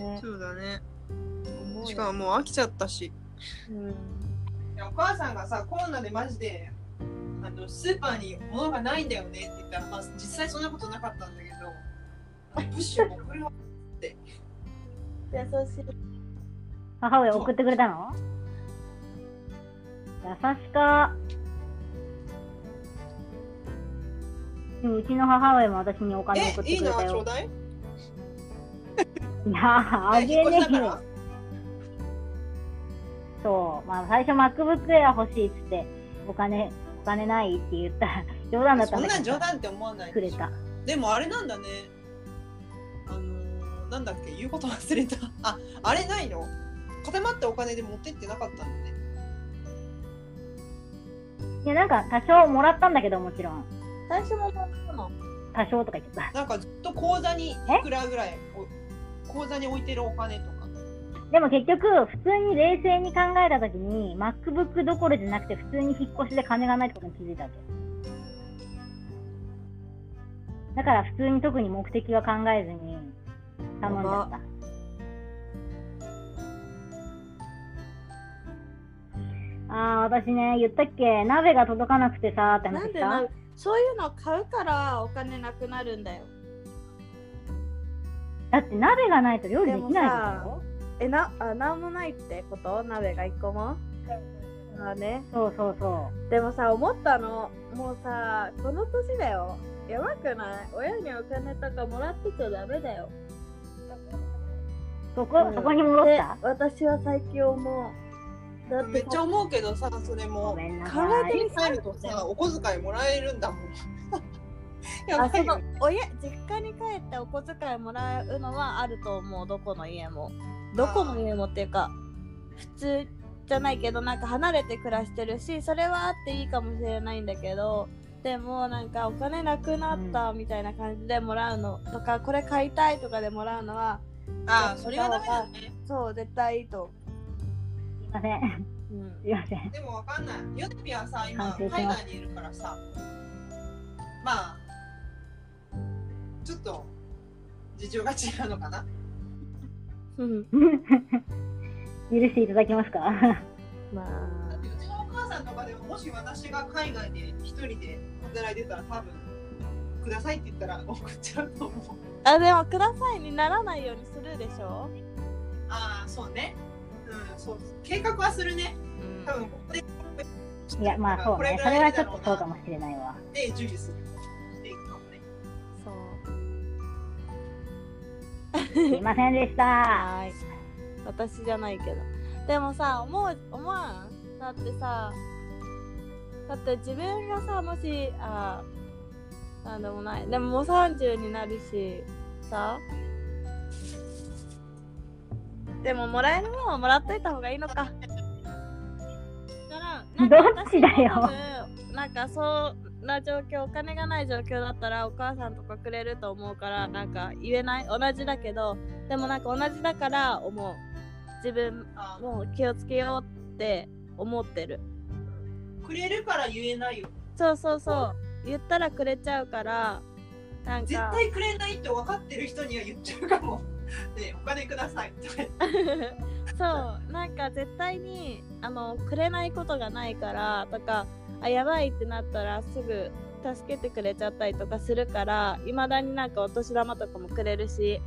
F: ん
D: ね
F: そうだね
D: 思うよ
F: しかももう飽きちゃったし
D: うん
C: いやお母さんがさコロナでマジであのスーパーに物がないんだよねって言ったら、まあ、実際そんなことなかったんだけどあの物資を送るわ
D: 優しい
B: 母親送ってくれたの優しかでもうちの母親も私にお金送っ
F: え
B: て
F: いい
B: くれ
F: な
B: た
F: ちょ
B: よ
F: うだい
B: いやあげね
C: 引っ
B: え
C: 越しだから
B: よそうまあ最初 MacBook Air 欲しいっつってお金お金ないって言ったら冗談だった
C: そ
B: んだ
C: んな
B: け
C: ん
B: ど
C: 冗談って思わない
B: く
C: で
B: れ
C: したょでもあれなんだねあのーなんだっけ言うこと忘れたああれないの固まったお金で持ってってなかったんだね
B: いやなんか多少もらったんだけどもちろん
D: 最初ももらったの
B: 多少とか言っちゃっ
C: なんかずっと口座にいくらぐらいお口座に置いてるお金とか
B: たでも結局普通に冷静に考えた時に MacBook どころじゃなくて普通に引っ越しで金がないってことに気づいたわけだから普通に特に目的は考えずに頼んじゃったああー私ね言ったっけ鍋が届かなくてさーって話
D: なん
B: し
D: で
B: た
D: なそういうの買うからお金なくなるんだよ
B: だって鍋がないと料理できないでし
D: で
B: ょ
D: もえなあなんもないってこと鍋が1個もまあね
B: そうそうそ
D: でもさ思ったのもうさこの年だよやばくない親にお金とかもらってちゃダメだよ
B: うそこ、
D: うん
B: そこに戻っ
D: で
B: た
D: 私は最近思うだっ
F: め
D: て
F: っちゃ思うけどさそれ
B: ご
F: も
B: めんな
F: 考
B: さ
F: えて
B: い
F: みたるとさお小遣いもらえるんだもんや
D: あ
F: ば
D: そ
F: いよ
D: の親実家に帰ってお小遣いもらうのはあると思うどこの家もどこの家もっていうか普通じゃないけどなんか離れて暮らしてるしそれはあっていいかもしれないんだけどでもなんかお金なくなったみたいな感じでもらうのとか、これ買いたいとかでもらうのは
C: ああそれはダメだね
D: そう絶対いいと
B: すいません
D: 思う、うん
B: すいません
C: でもわかんない。ヨネピはさ、今、
B: 反省します
C: 海外にいるからさ、まあ、ちょっと事情が違うのかな。
D: うん、
B: <laughs> 許していただけますか <laughs>
D: ま
C: だ
D: あ
C: ってうちのお母さんとかでも、もし私が海外で一人で働いてたら、多分くださいって言ったら送っちゃうと思う。
D: あでも「ください」にならないようにするでしょ、
C: ああ、そうね。うん、そう。計画はするね。
D: うん
C: 多分ここで。
B: いやまあそうねそれはちょっとそうかもしれない <laughs> わ
C: で、準備する。していくかもね。
D: そう
B: すいませんでした
D: はーい私じゃないけどでもさ思う思わんだってさだって自分がさもしあーなんでもないでももう30になるしさでももらえるものはもらっといた方がいいのかだからなん
B: ど
D: か
B: っちだよ
D: 私も多分なんかそんな状況お金がない状況だったらお母さんとかくれると思うからなんか言えない同じだけどでもなんか同じだから思う自分
C: あ
D: もう気をつけようって思ってる
C: くれるから言えないよ。
D: そうそうそう言ったらくれちゃうからなん
C: 絶
D: か
C: 対くれないって分かってる人には言っちゃうかも。ねえお金くださいとか言って
D: <laughs> そうなんか絶対にあのくれないことがないからとかあやばいってなったらすぐ助けてくれちゃったりとかするからいまだになんかお年玉とかもくれるし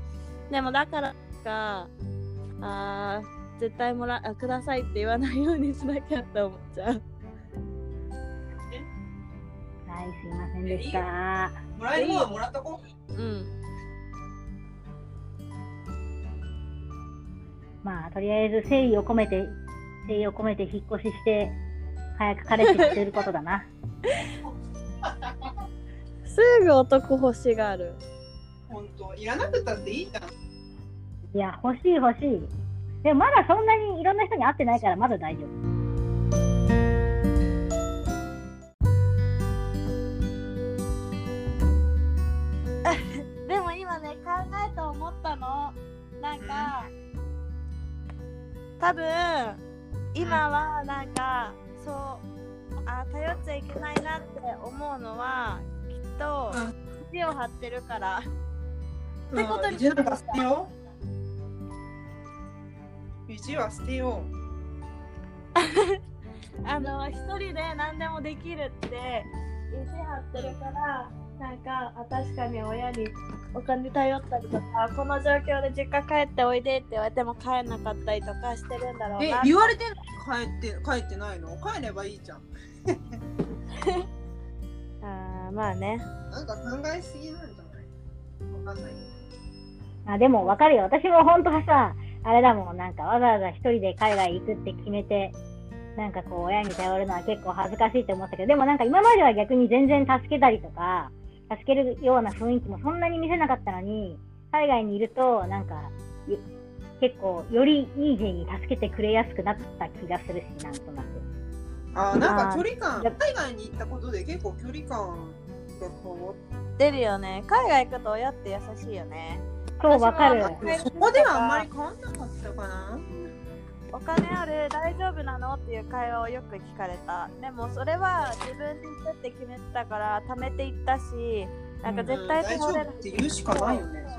D: でもだからかあー絶対もらあくださいって言わないようにしなきゃって思っちゃう
B: はいすいませんでした
C: もらえるものはもらっとこ
D: うん
B: まあとりあえず誠意を込めて誠意を込めて引っ越しして早く彼氏がすることだ <laughs> な
D: すぐ男欲しがる
C: う。本当いらなくたっていいじゃん。
B: いや欲しい欲しいでもまだそんなにいろんな人に会ってないからまだ大丈夫
D: でも今ね考えて思ったのなんか、多分今はなんかそうあ頼っちゃいけないなって思うのはきっと地を張ってるからってことに
G: 意地なんか捨てよ
C: 意地は捨てよう。
D: あの一人で何でもできるって意地張ってるからなんかあ確かに親にお金頼ったりとかこの状況で実家帰っておいでって言われても帰んなかったりとかしてるんだろう
C: え
D: な、
C: 言われてんの帰って帰ってないの帰ればいいじゃん。
D: あーまあね
C: なんか考えすぎなんじゃないわかんない。
B: あでもわかるよ。私も本当はさ、あれだもん、なんかわざわざ一人で海外行くって決めて、なんかこう親に頼るのは結構恥ずかしいと思ったけど、でもなんか今までは逆に全然助けたりとか、助けるような雰囲気もそんなに見せなかったのに、海外にいると、なんか、い結構よりイージーに助けてくれやすくなった気がするし、なんとなく。
C: あーなんか距離
B: あ
C: 感
B: ー
C: 海外に行ったことで結構距離感が変わっ
D: 出るよね海外行くと親って優しいよね
B: そう、
D: 私も
B: わかる。
D: あ
C: た。そこではあんまり変わんなかったかな。
D: お金ある大丈夫なのっていう会話をよく聞かれたでもそれは自分に行くって決めてたから貯めていったしなんか絶対
C: うん大丈
D: 頼れる
C: 夫って言うしかないよね、そ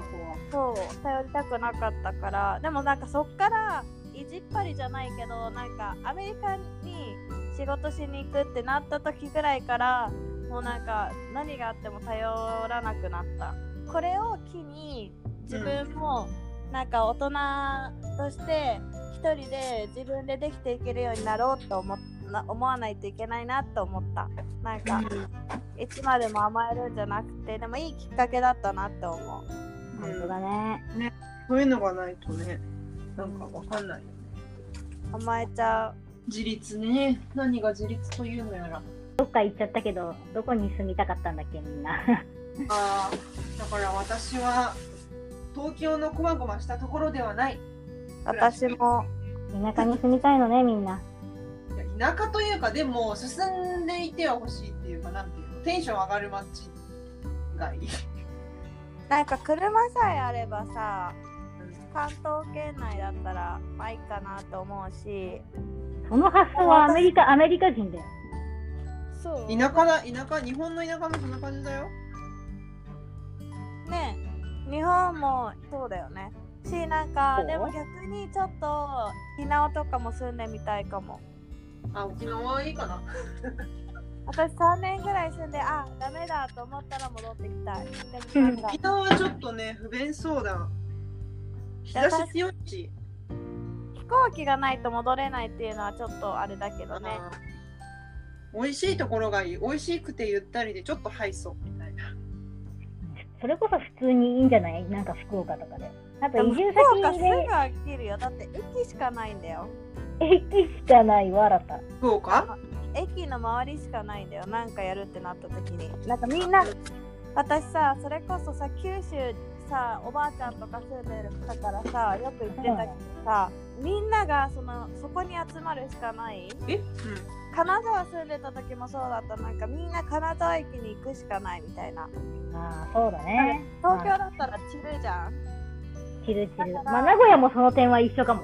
C: こは。
D: そう頼りたくなかったからでもなんかそっから意地っぱりじゃないけどなんかアメリカに仕事しに行くってなった時ぐらいからもうなんか何があっても頼らなくなったこれを機に自分もなんか大人として一人で自分でできていけるようになろうと思っな思わないといけないなと思ったなんかいつまでも甘えるんじゃなくてでもいいきっかけだったなって思う
B: 本当だね。
C: そういうのがないとね、なんかわかんない。
D: 甘えちゃ
C: 自立ね。何が自立というのやら。
B: どっか行っちゃったけど、どこに住みたかったんだっけ、みんな。 <laughs>
C: あーだから私は東京のこまごましたところではない。
D: う私も
B: 田舎に住みたいのね、みんな。
C: いや田舎というかでも進んでいてはほしいっていうかなんていうのテンション上がる街がいい。
D: なんか車さえあればさ関東圏内だったらまあいいかなと思うし
B: その発想はアメリカ、アメリカ人だよ。
D: そう
C: 田舎だ田舎日本の田舎もそんな感じだよ。
D: ね日本もそうだよねしなんか
B: そう
D: でも逆にちょっと沖縄とかも住んでみたいかも
C: あ沖縄はいいかな。
D: 私3年ぐらい住んであダメだと思ったら戻ってきたいでもなんか
C: 沖縄はちょっとね不便そうだ。日差し強いし。
D: 飛行機がないと戻れないっていうのはちょっとあれだけどね
C: あー美味しいところがいい。美味しくてゆったりでちょっとハイソみたいな。
B: それこそ普通にいいんじゃないなんか福岡とかで。あと
D: でも
B: 移
D: 福
B: 住
D: 岡
B: 先
D: すぐ
B: で
D: 飽きるよだって駅しかないんだよ
B: 駅しかないわらた。
C: 福岡？
D: 駅の周りしかないんだよなんかやるってなった時になんかみんな私さそれこそさ九州さおばあちゃんとか住んでるだからさよく行ってたけどさみんながそのそこに集まるしかない
C: え？うん。
D: 金沢住んでた時もそうだったなんかみんな金沢駅に行くしかないみたいな
B: ああ、そうだね。
D: 東京だったら散るじゃん
B: チルチル。
D: だから
B: まあ、名古屋もその点は一緒かも。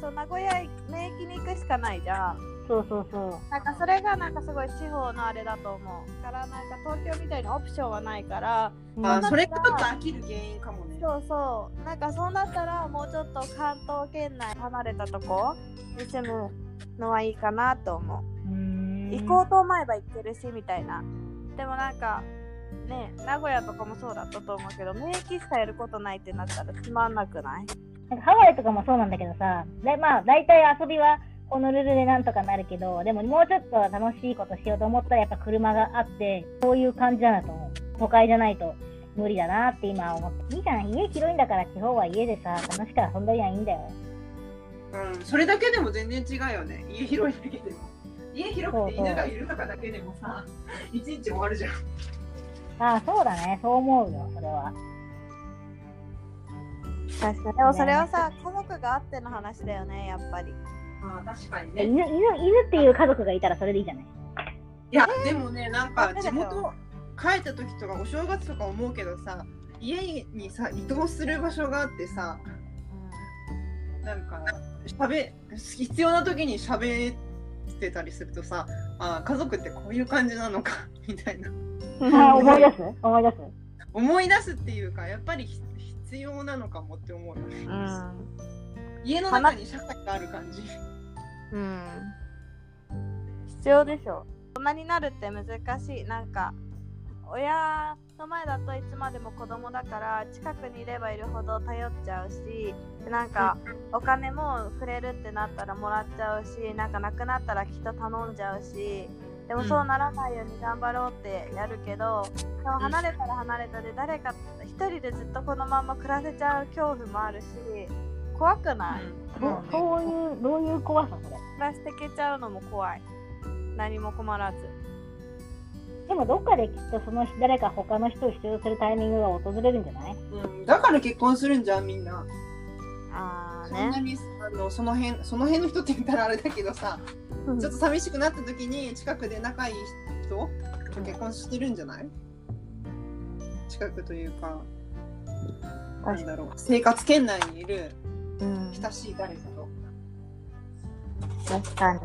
D: そう名古屋名駅に行くしかないじゃん
B: そうそうそう。
D: なんかそれがなんかすごい地方のあれだと思うだからなんか東京みたいなオプションはないから
C: あーそれがちょっと飽きる原因かもね。
D: そうそうなんかそうなったらもうちょっと関東圏内離れたとこに住むのはいいかなと思
B: う
D: う、
B: ーん
D: 行こうと思えば行けるしみたいなでもなんかね名古屋とかもそうだったと思うけど免疫しかやることないってなったらつまんなくない
B: なんかハワイとかもそうなんだけどさ、でまあ、大体遊びはこのルールでなんとかなるけど、でももうちょっと楽しいことしようと思ったら、やっぱ車があって、そういう感じだなと思う。都会じゃないと無理だなって今思って。いいじゃん、家広いんだから、地方は家でさ、楽しく遊んだりゃいいんだよ。
C: うん、それだけでも全然違うよね。家広いだけでも。家広くて犬がいるとかだけでもさ、一日終わるじゃん。
B: ああ、そうだね、そう思うよ、それは。
D: 確かにでもそれはさ家族があっての話だよねやっぱり
C: ああ、確かに
B: 犬、
C: ね。
B: 犬、犬っていう家族がいたらそれでいいじゃ
D: <laughs>
B: ない
C: いや、でもね、なんか地
D: ダメ
C: 元帰った時とかお正月とか思うけどさ、家にさ、移動する場所があってさ、なんか喋必要な時に喋ってたりするとさあー家族ってこういう感じなのか <laughs> みたいな
B: あ思い出す思い出す
C: 思い出すっていうかやっぱりひ必要なのかもって思うよね、
H: うん
C: 家の中に社会がある感じ
H: うん
D: 必要でしょ大人になるって難しいなんか親の前だといつまでも子供だから近くにいればいるほど頼っちゃうしなんかお金もくれるってなったらもらっちゃうしなんかなくなったらきっと頼んじゃうしでもそうならないように頑張ろうってやるけど、でも離れたら離れたで誰か一人でずっとこのまま暮らせちゃう恐怖もあるし怖くない、
B: どそういうどういう怖さそれ
D: 暮らしてけちゃうのも怖い何も困らず
B: でもどっかできっとその誰か他の人を必要するタイミングが訪れるんじゃない
C: うん、だから結婚するんじゃんみんな、
D: ああ
C: そんな
D: ね
C: にあのその辺その辺の人って言ったらあれだけどさちょっと寂しくなった時に近くで仲いい人と結婚してるんじゃない近くというかなんだろう生活圏内にいる
H: うん
C: 親しい誰かと。
H: 確かに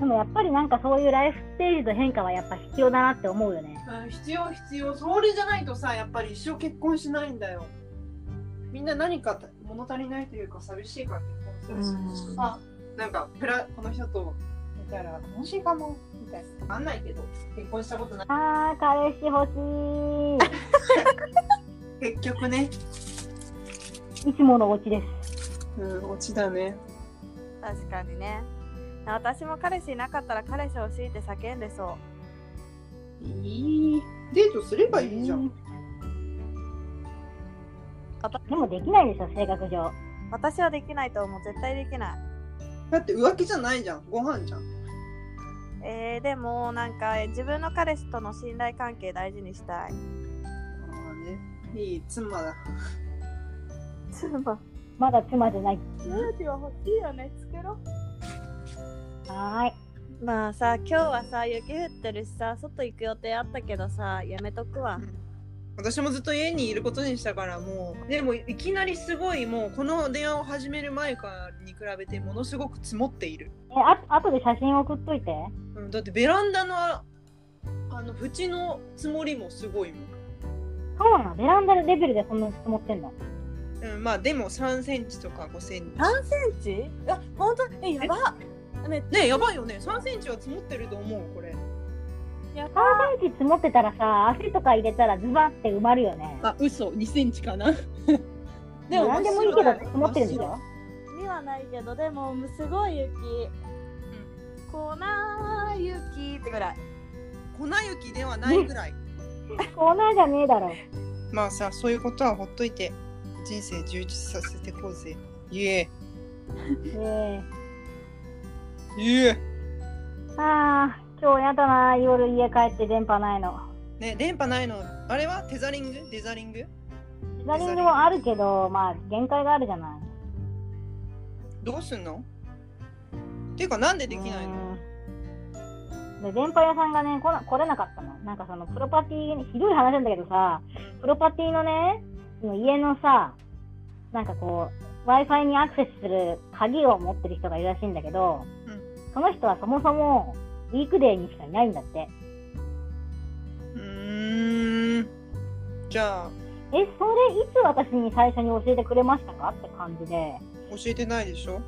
B: でもやっぱりなんかそういうライフステージの変化はやっぱ必要だなって思うよね
C: うん必要必要それじゃないとさやっぱり一生結婚しないんだよみんな何か物足りないというか寂しいから結婚するし、
H: うん
C: あなんかプラこの人といたら楽しいかもみたいなわかんないけど結婚したことない
B: あー彼氏欲し
C: 結局ね
B: いいつものお家です
C: うん落ちだね
D: 確かにね私も彼氏いなかったら彼氏欲しいって叫んでそ
C: いいデートすればいいじゃん、
B: でもできないでしょ性格上
D: う私はできないと思う絶対できない
C: だって浮気じゃないじゃんご飯じゃん
D: えー、でもなんか自分の彼氏との信頼関係大事にしたい
C: ああねいい妻だ
D: 妻
B: まだ妻じゃない
D: 妻は欲しいよね作ろ
B: はーい
D: まあさ今日はさ雪降ってるしさ外行く予定あったけどさやめとくわ
C: 私もずっと家にいることにしたからもうでもいきなりすごいもうこの電話を始める前からに比べてものすごく積もっている、
B: えああとで写真送っといて
C: うん、だってベランダのああの縁の積もりもすごいもん、
B: そうなのベランダレベルでそんなに積もってんの
C: うん、まあでも3センチとか5センチ
D: 3センチあ本当えやばめっ
C: ねえやばいよね3センチは積もってると思うこれ
D: やば
B: 3センチ積もってたらさ足とか入れたらズバって埋まるよね
C: あ嘘2センチかな
B: でも <laughs> 何でもいいけど積もってるんでし
C: 真っ
B: ょ
D: にはないけどでもすごい雪、粉雪ってぐらい
C: 白粉雪ではないぐらい
B: コーナーじゃねえだろ
C: まあさそういうことはほっといて人生充実させてこうぜいえ
B: え
C: いえ
B: ー、ああ今日やだな夜家帰って電波ないの
C: ね、電波ないの、あれはテザリングデザリング
B: テザリングもあるけどまあ限界があるじゃない
C: どうすんのっていうか、なんでできないの
B: うんで電波屋さんがね来な来れなかったのなんかそのプロパティひどい話なんだけどさプロパティのねその家のさなんかこう w i f i にアクセスする鍵を持ってる人がいるらしいんだけど、
C: うん
B: その人はそもそもウィークデーにしかいないんだって
C: うーん。じゃあ、
B: えそれいつ私に最初に教えてくれましたかって感じで
C: 教えてないでしょ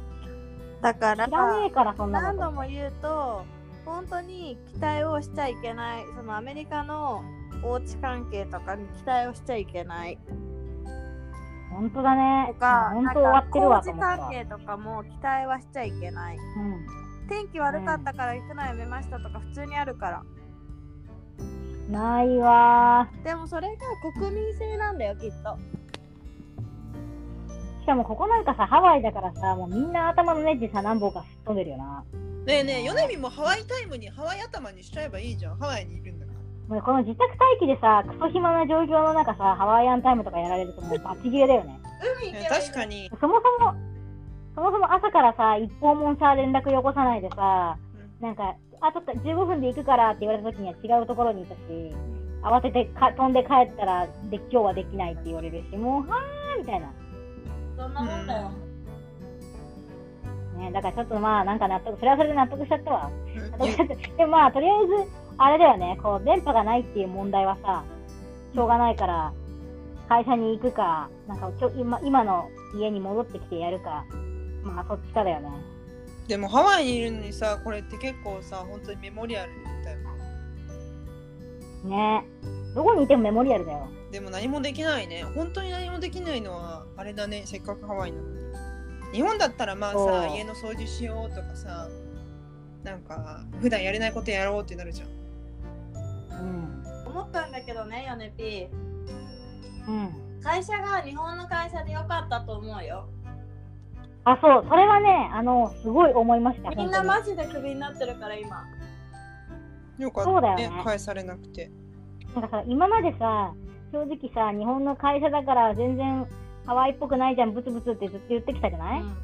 D: だから
B: 知らねえからそんな
D: 何
B: こと
D: 度も言うと本当に期待をしちゃいけないそのアメリカのおうち関係とかに期待をしちゃいけない
B: 本当だね
D: とか
B: 本当終わってるわと
D: なん
B: 思っ
D: か
B: た
D: 工事関係とかも期待はしちゃいけない
B: うん
D: 天気悪かったから行くのやめましたとか普通にあるから
B: ないわ
D: でもそれが国民性なんだよきっと
B: しかもここなんかさハワイだからさもうみんな頭のネジさ何本かすっ飛んでるよな
C: ねえねえ、ヨネミもハワイタイムにハワイ頭にしちゃえばいいじゃん。ハワイにいるんだから。
B: もうこの自宅待機でさクソ暇な状況の中さハワイアンタイムとかやられるともうバチ切れだよね
I: 海行
C: ね
I: けばいい
C: 確かに、
B: そもそもそもそも朝からさ一方もさ連絡よこさないでさなんかあちょっと15分で行くからって言われた時には違うところにいたし慌ててか飛んで帰ったらで今日はできないって言われるしもうはーみたいな
D: そんなもんだよ
B: ね。だからちょっとまあ、なんか納得、それはそれで納得しちゃったわ。
C: うん
B: 納得しちゃったでもまあ、とりあえず、あれだよね、こう、電波がないっていう問題はさ、しょうがないから、会社に行くか、なんかちょ今今の家に戻ってきてやるか、まあ、そっちかだよね。
C: でもハワイにいるのにさこれって結構さ本当にメモリアルだよ
B: ねどこにいてもメモリアルだよ。
C: でも何もできないね本当に何もできないのはあれだねせっかくハワイなのに日本だったらまあさ
B: そう
C: 家の掃除しようとかさなんか普段やれないことやろうってなるじゃん
B: うん。
D: 思ったんだけどねヨネピ
B: うん。
D: 会社が日本の会社でよかったと思うよ
B: あ、そう、それはね、あの、すごい思いました。
D: みんな
B: 本
D: マジでクビになってるから今
C: よかっ
B: そう
C: た
B: だよ
C: ね
B: ね
C: 返されなくて
B: 当になんかさ、今までさ、正直さ、日本の会社だから全然ハワイっぽくないじゃん、ブツブツってずっと言ってきたじゃない、
C: うん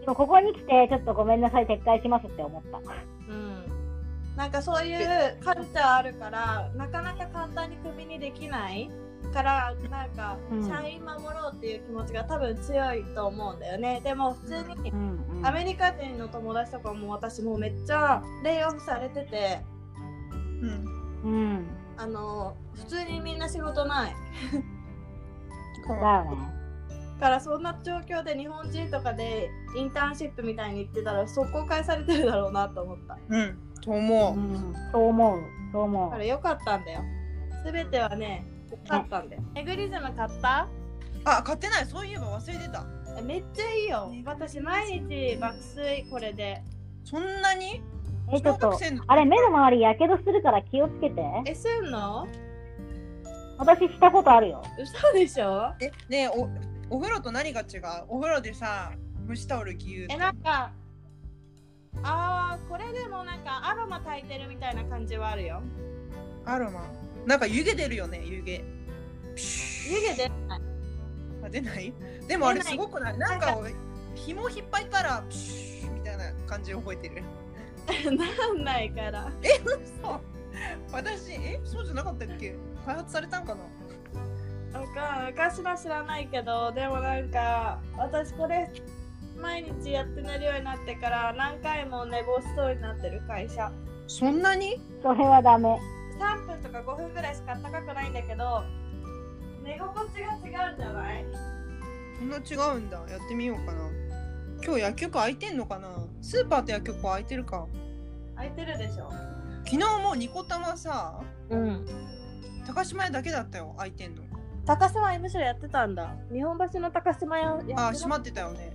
B: でもここに来て、ちょっとごめんなさい、撤回しますって思った。
D: うんなんかそういうカルチャーあるからなかなか簡単にクビにできないからなんか
B: うん
D: 社員守ろうっていう気持ちが多分強いと思うんだよねでも普通に
B: うん、うん。
D: アメリカ人の友達とかも私もうめっちゃレイオフされてて
C: うん
B: うん。
D: あの普通にみんな仕事ない
B: だ
C: かわ
B: よね。
D: からそんな状況で日本人とかでインターンシップみたいに行ってたら速攻返されてるだろうなと思った
C: うんと思
B: う。
C: うん
B: そう思う。そう
D: だ
B: 思
D: か
B: う
D: ら。良かったんだよ全てはね良かったんだよエグリズム買った
C: あ買ってないそういえば忘れてた
D: えめっちゃいいよ私毎日爆睡これで
C: そんなに
B: え、ちょっと、
C: 生の
B: あれ、目の周りやけどするから気をつけて。
D: えすんの
B: 私したことあるよ。
D: 嘘でしょ
C: えねえおお風呂と何が違うお風呂でさ虫タオル牛
D: えなんかあーこれでもなんかアロマ炊いてるみたいな感じはあるよ
C: アロマなんか湯気出るよね湯気
D: 湯気出ない
C: あ出ないでもあれ
D: 出ない
C: すごくないなんか紐引っ張ったらプシューみたいな感じ覚えてる
D: <laughs> なんないから
C: そう私えそうじゃなかったっけ開発されたんかな
D: なんか昔は知らないけどでもなんか私これ毎日やって寝るようになってから何回も寝坊しそうになってる会社
C: そんなに
B: それはダメ。
D: 3分とか5分ぐらいしか高くないんだけど寝心地が違うんじゃない
C: そんな違うんだやってみようかな今日薬局開いてんのかなスーパーと薬局開いてるか
D: 空いてるでしょ
C: 昨日もニコタマさ
D: うん
C: 高島屋だけだったよ開いてんの
D: 高島屋むしろやってたんだ日本橋の高島屋やって
C: あ
D: な
C: ー閉まってたよね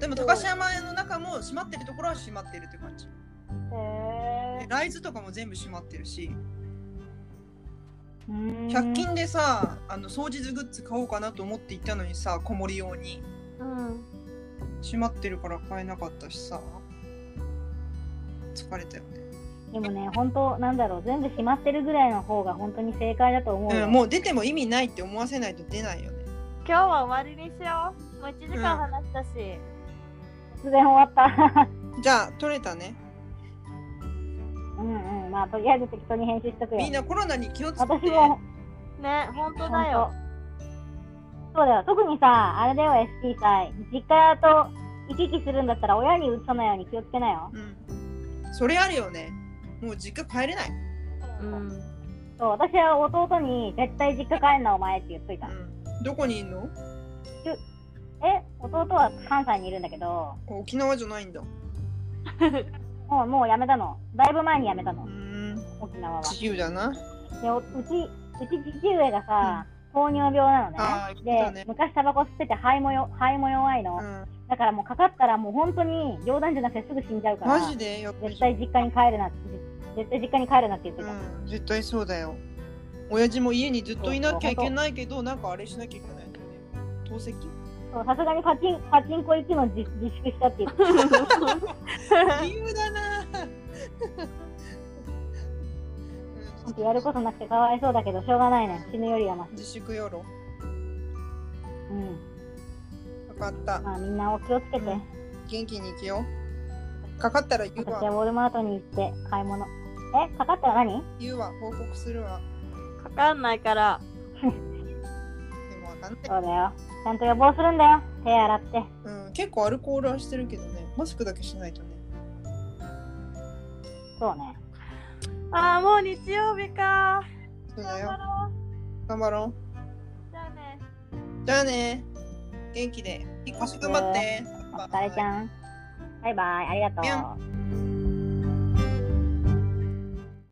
C: でも高島屋の中も閉まってるところは閉まってるって感じ
D: へ
C: でライズとかも全部閉まってるし
B: うーん
C: 100均でさあの掃除図グッズ買おうかなと思って行ったのにさ子守用に
D: ーうん
C: 閉まってるから買えなかったしさ疲れたよね、
B: でもね、本当なんだろう、全部閉まってるぐらいの方が本当に正解だと思うよ。
C: うん、もう出ても意味ないって思わせないと出ないよね
D: 今日は終わりにしようもう1時間
C: うん
D: 話したし、
B: 突然終わった。 <laughs>
C: じゃあ取れたね
B: うんうん、まあとりあえず適当に編集しとくよ
C: みん。なコロナに気をつけて
B: 私も、
D: ね本当
B: 本
D: だよ
B: 当そうだよ。特にさ、あれだよ、SP さ、実家と行き来するんだったら親にうつさないように気をつけなよ。
C: うん、それあるよねもう実家帰れない、
D: うん
B: そう、私は弟に絶対実家帰んなお前って言っといた。
C: うん、どこにいんの
B: え、弟は関西にいるんだけど、
C: 沖縄じゃないんだ
B: もうもうやめたの。だいぶ前にやめた
C: う
B: の、
C: ーん
B: 沖縄は。
C: 自由だな
B: でおうちうち父上がさ、糖尿病な
C: あ
B: のね
C: ー言ってた
B: で
C: ね
B: 昔タバコ吸ってて肺もよ肺も弱いの、
C: うん
B: だからもうかかったらもう本当に冗談じゃなくてすぐ死んじゃうから
C: マジでやっぱり
B: 絶対実家に帰るなって絶対実家に帰るなって言ってた、
C: うん、絶対そうだよ。親父も家にずっといなきゃいけないけど、なんかあれしなきゃいけないよね。透析
B: そうさすがにパチンパチンコ行くの自自粛したって言ってた
C: 理由だな。
B: ほんとやることなくてかわいそうだけどしょうがないね死ぬよりはまし
C: 自粛よろ。
B: うん
C: よかった。
B: まあみんなお気をつけて、
C: うん元気に生きよう。かかったら言う
B: 私は
C: わ。
B: ウォルマートに行って買い物えかかったら何
C: 言うわ。報告するわ。
D: かかんないから
C: でもわかんない。
B: そうだよちゃんと予防するんだよ手洗って
C: うん。結構アルコールはしてるけどねマスクだけしないとね
B: そうね。
D: あーもう日曜日か
C: そうだ
D: 頑張
C: よ
D: ろ
C: 頑張ろ
D: うじゃあね
C: うじゃあね元気で引っ越し頑張って
B: お疲れちゃん。バイバイ、ありがと
C: ぴょ
B: う。
C: ん